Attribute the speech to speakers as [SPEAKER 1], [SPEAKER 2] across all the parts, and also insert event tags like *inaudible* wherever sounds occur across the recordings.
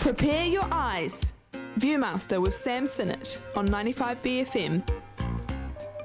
[SPEAKER 1] Prepare your eyes. Viewmaster with Sam Sinnott on 95BFM.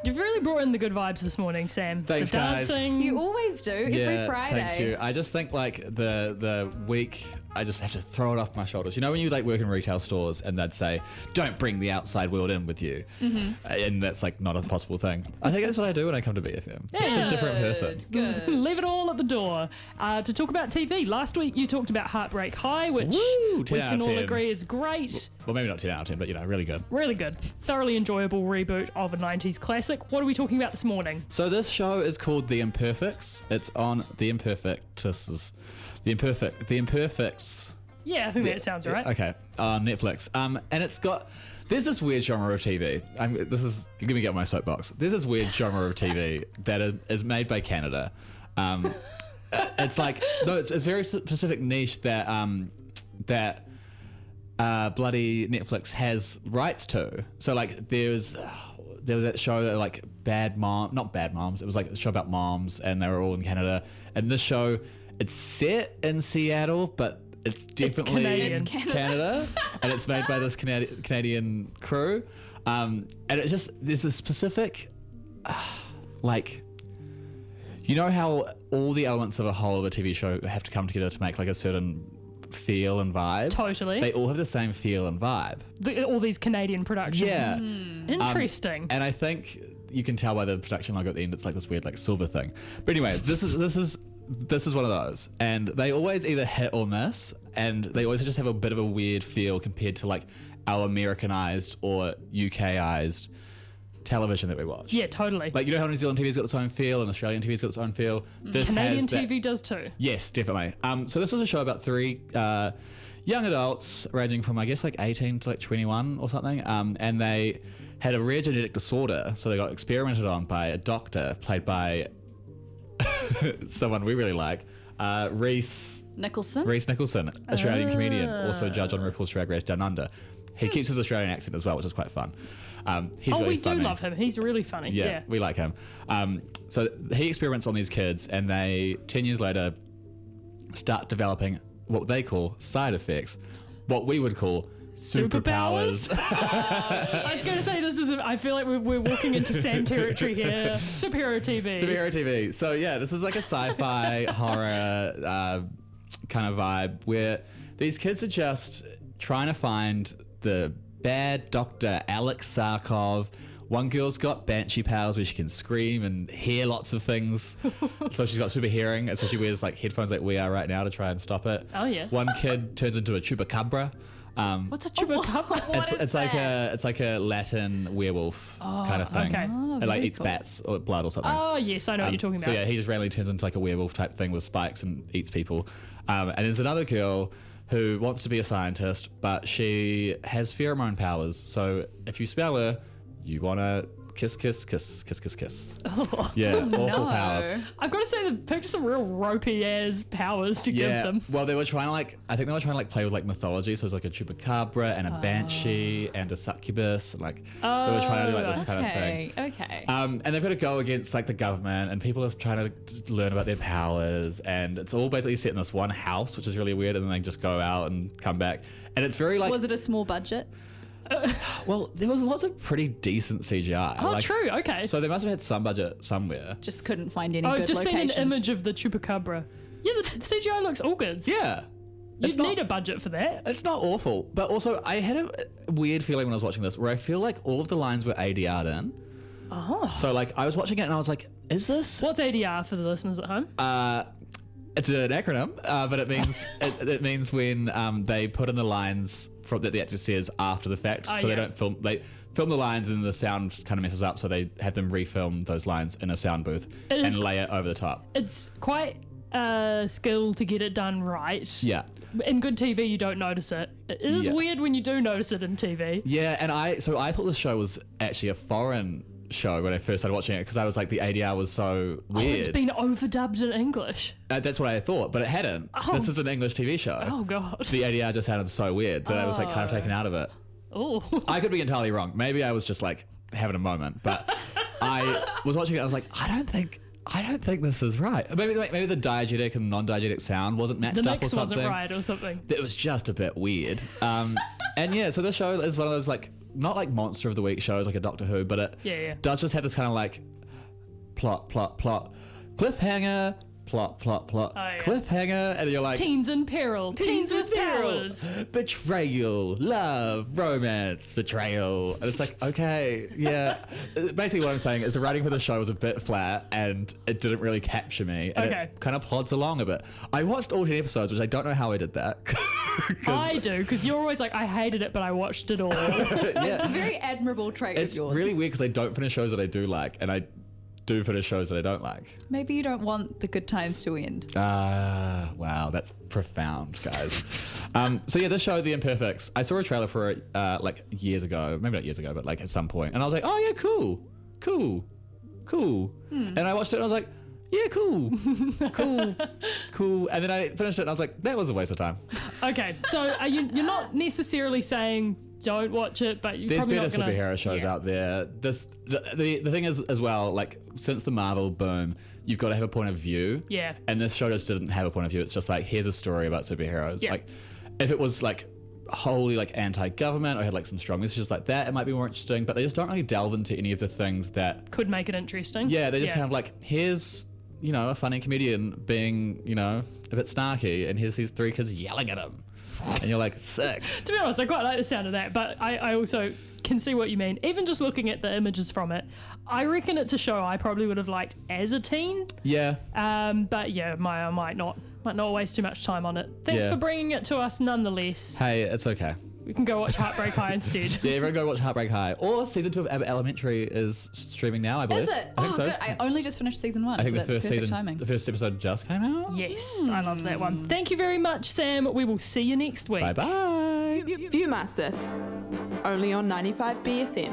[SPEAKER 2] You've really brought in the good vibes this morning, Sam.
[SPEAKER 3] Thanks,
[SPEAKER 2] the
[SPEAKER 3] guys.
[SPEAKER 2] dancing. *laughs*
[SPEAKER 4] You always do every Friday.
[SPEAKER 3] Thank you. I just think like the the week I just have to throw it off my shoulders. You know when you like work in retail stores and they'd say, "Don't bring the outside world in with you," mm-hmm. and that's like not a possible thing. I think that's what I do when I come to BFM.
[SPEAKER 2] Yeah.
[SPEAKER 3] It's a different person.
[SPEAKER 4] Good.
[SPEAKER 2] Leave it all at the door. Uh, to talk about TV, last week you talked about Heartbreak High, which
[SPEAKER 3] Woo,
[SPEAKER 2] we
[SPEAKER 3] 10 out
[SPEAKER 2] can
[SPEAKER 3] of
[SPEAKER 2] all
[SPEAKER 3] 10.
[SPEAKER 2] agree is great.
[SPEAKER 3] Well, maybe not ten out of ten, but you know, really good.
[SPEAKER 2] Really good. Thoroughly enjoyable reboot of a 90s classic. What are we talking about this morning?
[SPEAKER 3] So this show is called The Imperfects. It's on The Imperfects. The Imperfect. The Imperfects.
[SPEAKER 2] Yeah, I think that sounds right.
[SPEAKER 3] Okay, uh, Netflix. Um, and it's got there's this weird genre of TV. I'm, this is let me get my soapbox. There's this weird genre of TV that is- is made by Canada. Um, *laughs* it's like no, it's, it's a very specific niche that um, that uh, bloody Netflix has rights to. So like there's there was that show that like bad mom, not bad moms. It was like a show about moms, and they were all in Canada. And this show, it's set in Seattle, but it's definitely
[SPEAKER 2] Canadian. It's
[SPEAKER 4] Canada.
[SPEAKER 3] Canada, and it's made by this Canadi- Canadian crew. Um, and it's just there's a specific, like. You know how all the elements of a whole of a TV show have to come together to make like a certain feel and vibe?
[SPEAKER 2] Totally.
[SPEAKER 3] They all have the same feel and vibe.
[SPEAKER 2] The- all these Canadian productions.
[SPEAKER 3] Yeah.
[SPEAKER 2] Hmm.
[SPEAKER 3] um,
[SPEAKER 2] Interesting.
[SPEAKER 3] And I think you can tell by the production logo at the end it's like this weird like silver thing. But anyway, this is this is this is one of those. And they always either hit or miss and they always just have a bit of a weird feel compared to like our Americanized or UKized television that we watch.
[SPEAKER 2] yeah, totally.
[SPEAKER 3] Like you know how New Zealand TV's got its own feel and Australian TV's got its own feel. This
[SPEAKER 2] Canadian
[SPEAKER 3] has that-
[SPEAKER 2] TV does too.
[SPEAKER 3] Yes, definitely. Um, so this is a show about three uh, young adults, ranging from I guess like 18 to like 21 or something, um, and they had a rare genetic disorder, so they got experimented on by a doctor played by *laughs* someone we really like, uh, Reese
[SPEAKER 4] Nicholson.
[SPEAKER 3] Reese Nicholson, Australian comedian,
[SPEAKER 2] Ah. Hmm.
[SPEAKER 3] also judge on RuPaul's Drag Race Down Under. He keeps his Australian accent as well, which is quite fun. Um, he's
[SPEAKER 2] Oh,
[SPEAKER 3] really
[SPEAKER 2] we do
[SPEAKER 3] funny
[SPEAKER 2] love him. He's really funny.
[SPEAKER 3] yeah,
[SPEAKER 2] Yeah.
[SPEAKER 3] we like him. Um, so he experiments on these kids, and they ten years later start developing what they call side effects, what we would call superpowers. *laughs*
[SPEAKER 2] I was going to say this is. A, I feel like we're, we're walking into Sam territory here. Superhero TV.
[SPEAKER 3] Superhero TV. So yeah, this is like
[SPEAKER 2] *laughs*
[SPEAKER 3] a sci-fi horror uh, kind of vibe where these kids are just trying to find the bad doctor Alex Sarkov. One girl's got banshee powers where she can scream and hear lots of
[SPEAKER 2] *laughs*
[SPEAKER 3] things. so she's got super hearing, and so she wears like headphones like we are right now to try and stop it.
[SPEAKER 2] Oh, yeah.
[SPEAKER 3] One kid turns into a chupacabra. Um,
[SPEAKER 2] What's a chupacabra?
[SPEAKER 3] *laughs* it's, it's like a it's like a Latin werewolf kind of thing.
[SPEAKER 2] okay. Oh,
[SPEAKER 3] it like
[SPEAKER 4] very
[SPEAKER 3] eats bats or blood or something.
[SPEAKER 2] Oh yes, I know what
[SPEAKER 3] Um,
[SPEAKER 2] you're talking about.
[SPEAKER 3] So yeah, he just randomly turns into like a werewolf type thing with spikes and eats people. Um, and there's another girl who wants to be a scientist, but she has pheromone powers. So if you spell her, you wanna kiss, kiss, kiss, kiss,
[SPEAKER 2] *laughs*
[SPEAKER 3] kiss, kiss. yeah,
[SPEAKER 2] Oh,
[SPEAKER 3] awful power.
[SPEAKER 2] I've got to say, they picked some real ropey ass powers to
[SPEAKER 3] Yeah.
[SPEAKER 2] give them.
[SPEAKER 3] Well, they were trying to like, I think they were trying to like play with like mythology. So it's like a chupacabra and a banshee
[SPEAKER 2] Ah.
[SPEAKER 3] and a succubus. And, like they were trying to do like this kind of thing.
[SPEAKER 4] Okay. Okay.
[SPEAKER 3] Um, and they've got to go against like the government, and people are trying to learn about their powers, and it's all basically set in this one house, which is really weird. And then they just go out and come back, and it's very like
[SPEAKER 4] was it a small budget?
[SPEAKER 3] well, there was lots of pretty decent CGI.
[SPEAKER 2] Oh,
[SPEAKER 3] like-
[SPEAKER 2] true. Okay.
[SPEAKER 3] So they must have had some budget somewhere.
[SPEAKER 4] Just couldn't find any
[SPEAKER 2] oh,
[SPEAKER 4] good
[SPEAKER 2] just
[SPEAKER 4] locations.
[SPEAKER 2] seen an image of the chupacabra. Yeah, the CGI looks all good.
[SPEAKER 3] Yeah,
[SPEAKER 2] you'd
[SPEAKER 3] it's not-
[SPEAKER 2] need a budget for that.
[SPEAKER 3] It's not awful, but also I had a weird feeling when I was watching this, where I feel like all of the lines were ADR'd in.
[SPEAKER 2] Oh.
[SPEAKER 3] So like I was watching it and I was like, is this
[SPEAKER 2] What's ADR for the listeners at home?
[SPEAKER 3] Uh, it's an acronym, uh, but
[SPEAKER 2] *laughs*
[SPEAKER 3] it means it, it means when um, they put in the lines from, that the actor says after the fact,
[SPEAKER 2] Oh,
[SPEAKER 3] so
[SPEAKER 2] yeah.
[SPEAKER 3] they don't film they film the lines and the sound kind of messes up, so they have them refilm those lines in a sound booth
[SPEAKER 2] It
[SPEAKER 3] and
[SPEAKER 2] is-
[SPEAKER 3] layer over the top.
[SPEAKER 2] it's quite a skill to get it done right.
[SPEAKER 3] Yeah,
[SPEAKER 2] In good TV, you don't notice it. It is
[SPEAKER 3] Yeah.
[SPEAKER 2] weird when you do notice it in TV.
[SPEAKER 3] yeah, and I so I thought this show was actually a foreign show when I first started watching it because I was like the ADR was so
[SPEAKER 2] Oh, it's
[SPEAKER 3] weird.
[SPEAKER 2] been overdubbed in English.
[SPEAKER 3] Uh, that's what I thought, but it hadn't.
[SPEAKER 2] Oh.
[SPEAKER 3] This is an English TV show.
[SPEAKER 2] Oh god.
[SPEAKER 3] The ADR just sounded so weird that I was like kind of taken out of it.
[SPEAKER 2] *laughs* Oh.
[SPEAKER 3] I could be
[SPEAKER 2] *laughs*
[SPEAKER 3] entirely wrong. Maybe I was just like having a moment, but I was watching it. I was like, I don't think I don't think this is right. Maybe maybe the diegetic and non-diegetic sound wasn't matched
[SPEAKER 2] The
[SPEAKER 3] up
[SPEAKER 2] mix
[SPEAKER 3] or something.
[SPEAKER 2] wasn't right or something.
[SPEAKER 3] It was just a bit weird.
[SPEAKER 2] *laughs*
[SPEAKER 3] Um, and yeah, so this show is one of those like not like monster of the week shows like a Doctor Who, but it
[SPEAKER 2] Yeah, yeah.
[SPEAKER 3] does just have this kind of like plot, plot, plot, cliffhanger, plot, plot, plot,
[SPEAKER 2] Oh, yeah.
[SPEAKER 3] cliffhanger, and you're like
[SPEAKER 2] Teens in peril. Teens, with powers.
[SPEAKER 3] betrayal, love, romance, betrayal. And it's like, okay, yeah. *laughs* Uh, Basically, what I'm saying is the writing for the show was a bit flat and it didn't really capture me. And
[SPEAKER 2] Okay.
[SPEAKER 3] It kind of plods along a bit. I watched all 10 episodes, which I don't know how I did that. *laughs* 'Cause
[SPEAKER 2] I do because you're always like, I hated it, but I watched
[SPEAKER 3] *laughs*
[SPEAKER 2] it all. yeah,
[SPEAKER 4] It's a very admirable trait
[SPEAKER 3] it's
[SPEAKER 4] of yours.
[SPEAKER 3] really weird because I don't finish shows that I do like and I do finish shows that I don't like.
[SPEAKER 4] Maybe you don't want the good times to end.
[SPEAKER 3] Ah, wow, that's profound, guys. um, so yeah, this show, The Imperfects. I saw a trailer for it uh, like years ago, maybe not years ago, but like at some point, and I was like, oh yeah, cool, cool, cool. And I watched it, and I was like, yeah, cool, cool, cool. And then I finished it, and I was like, that was a waste of time.
[SPEAKER 2] Okay, so are you, you're not necessarily saying don't watch it, but you're
[SPEAKER 3] There's
[SPEAKER 2] probably
[SPEAKER 3] better
[SPEAKER 2] not gonna.
[SPEAKER 3] superhero shows
[SPEAKER 2] yeah.
[SPEAKER 3] out there. This the, the the thing is as well, like since the Marvel boom, you've got to have a point of view.
[SPEAKER 2] Yeah.
[SPEAKER 3] And this show just doesn't have a point of view. It's just like here's a story about superheroes.
[SPEAKER 2] Yeah.
[SPEAKER 3] Like if it was like wholly like anti-government or had like some strong messages like that, it might be more interesting. But they just don't really delve into any of the things that
[SPEAKER 2] Could make it interesting.
[SPEAKER 3] yeah, they just kind of like here's you know a funny comedian being you know a bit snarky, and here's these three kids yelling at him, and you're
[SPEAKER 2] *laughs*
[SPEAKER 3] like sick.
[SPEAKER 2] To be honest, I quite like the sound of that, but I, I also can see what you mean. Even just looking at the images from it, I reckon it's a show I probably would have liked as a teen.
[SPEAKER 3] Yeah.
[SPEAKER 2] Um, but yeah, my I might not might not waste too much time on it. Thanks
[SPEAKER 3] Yeah.
[SPEAKER 2] for bringing it to us, nonetheless.
[SPEAKER 3] Hey, it's okay.
[SPEAKER 2] We can go watch Heartbreak High instead.
[SPEAKER 3] *laughs* Yeah, everyone go watch Heartbreak High. Or season two of Abbott Elementary is streaming now, I believe.
[SPEAKER 4] Is it?
[SPEAKER 3] I think
[SPEAKER 4] oh,
[SPEAKER 3] so.
[SPEAKER 4] good. I only just finished season one,
[SPEAKER 3] I think
[SPEAKER 4] so
[SPEAKER 3] the
[SPEAKER 4] that's
[SPEAKER 3] first
[SPEAKER 4] perfect
[SPEAKER 3] season,
[SPEAKER 4] timing.
[SPEAKER 3] the first episode just came out.
[SPEAKER 2] Yes, I love that one. Thank you very much, Sam. We will see you next week.
[SPEAKER 3] Bye bye.
[SPEAKER 1] Viewmaster, only on 95BFM.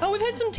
[SPEAKER 2] Oh, we've had some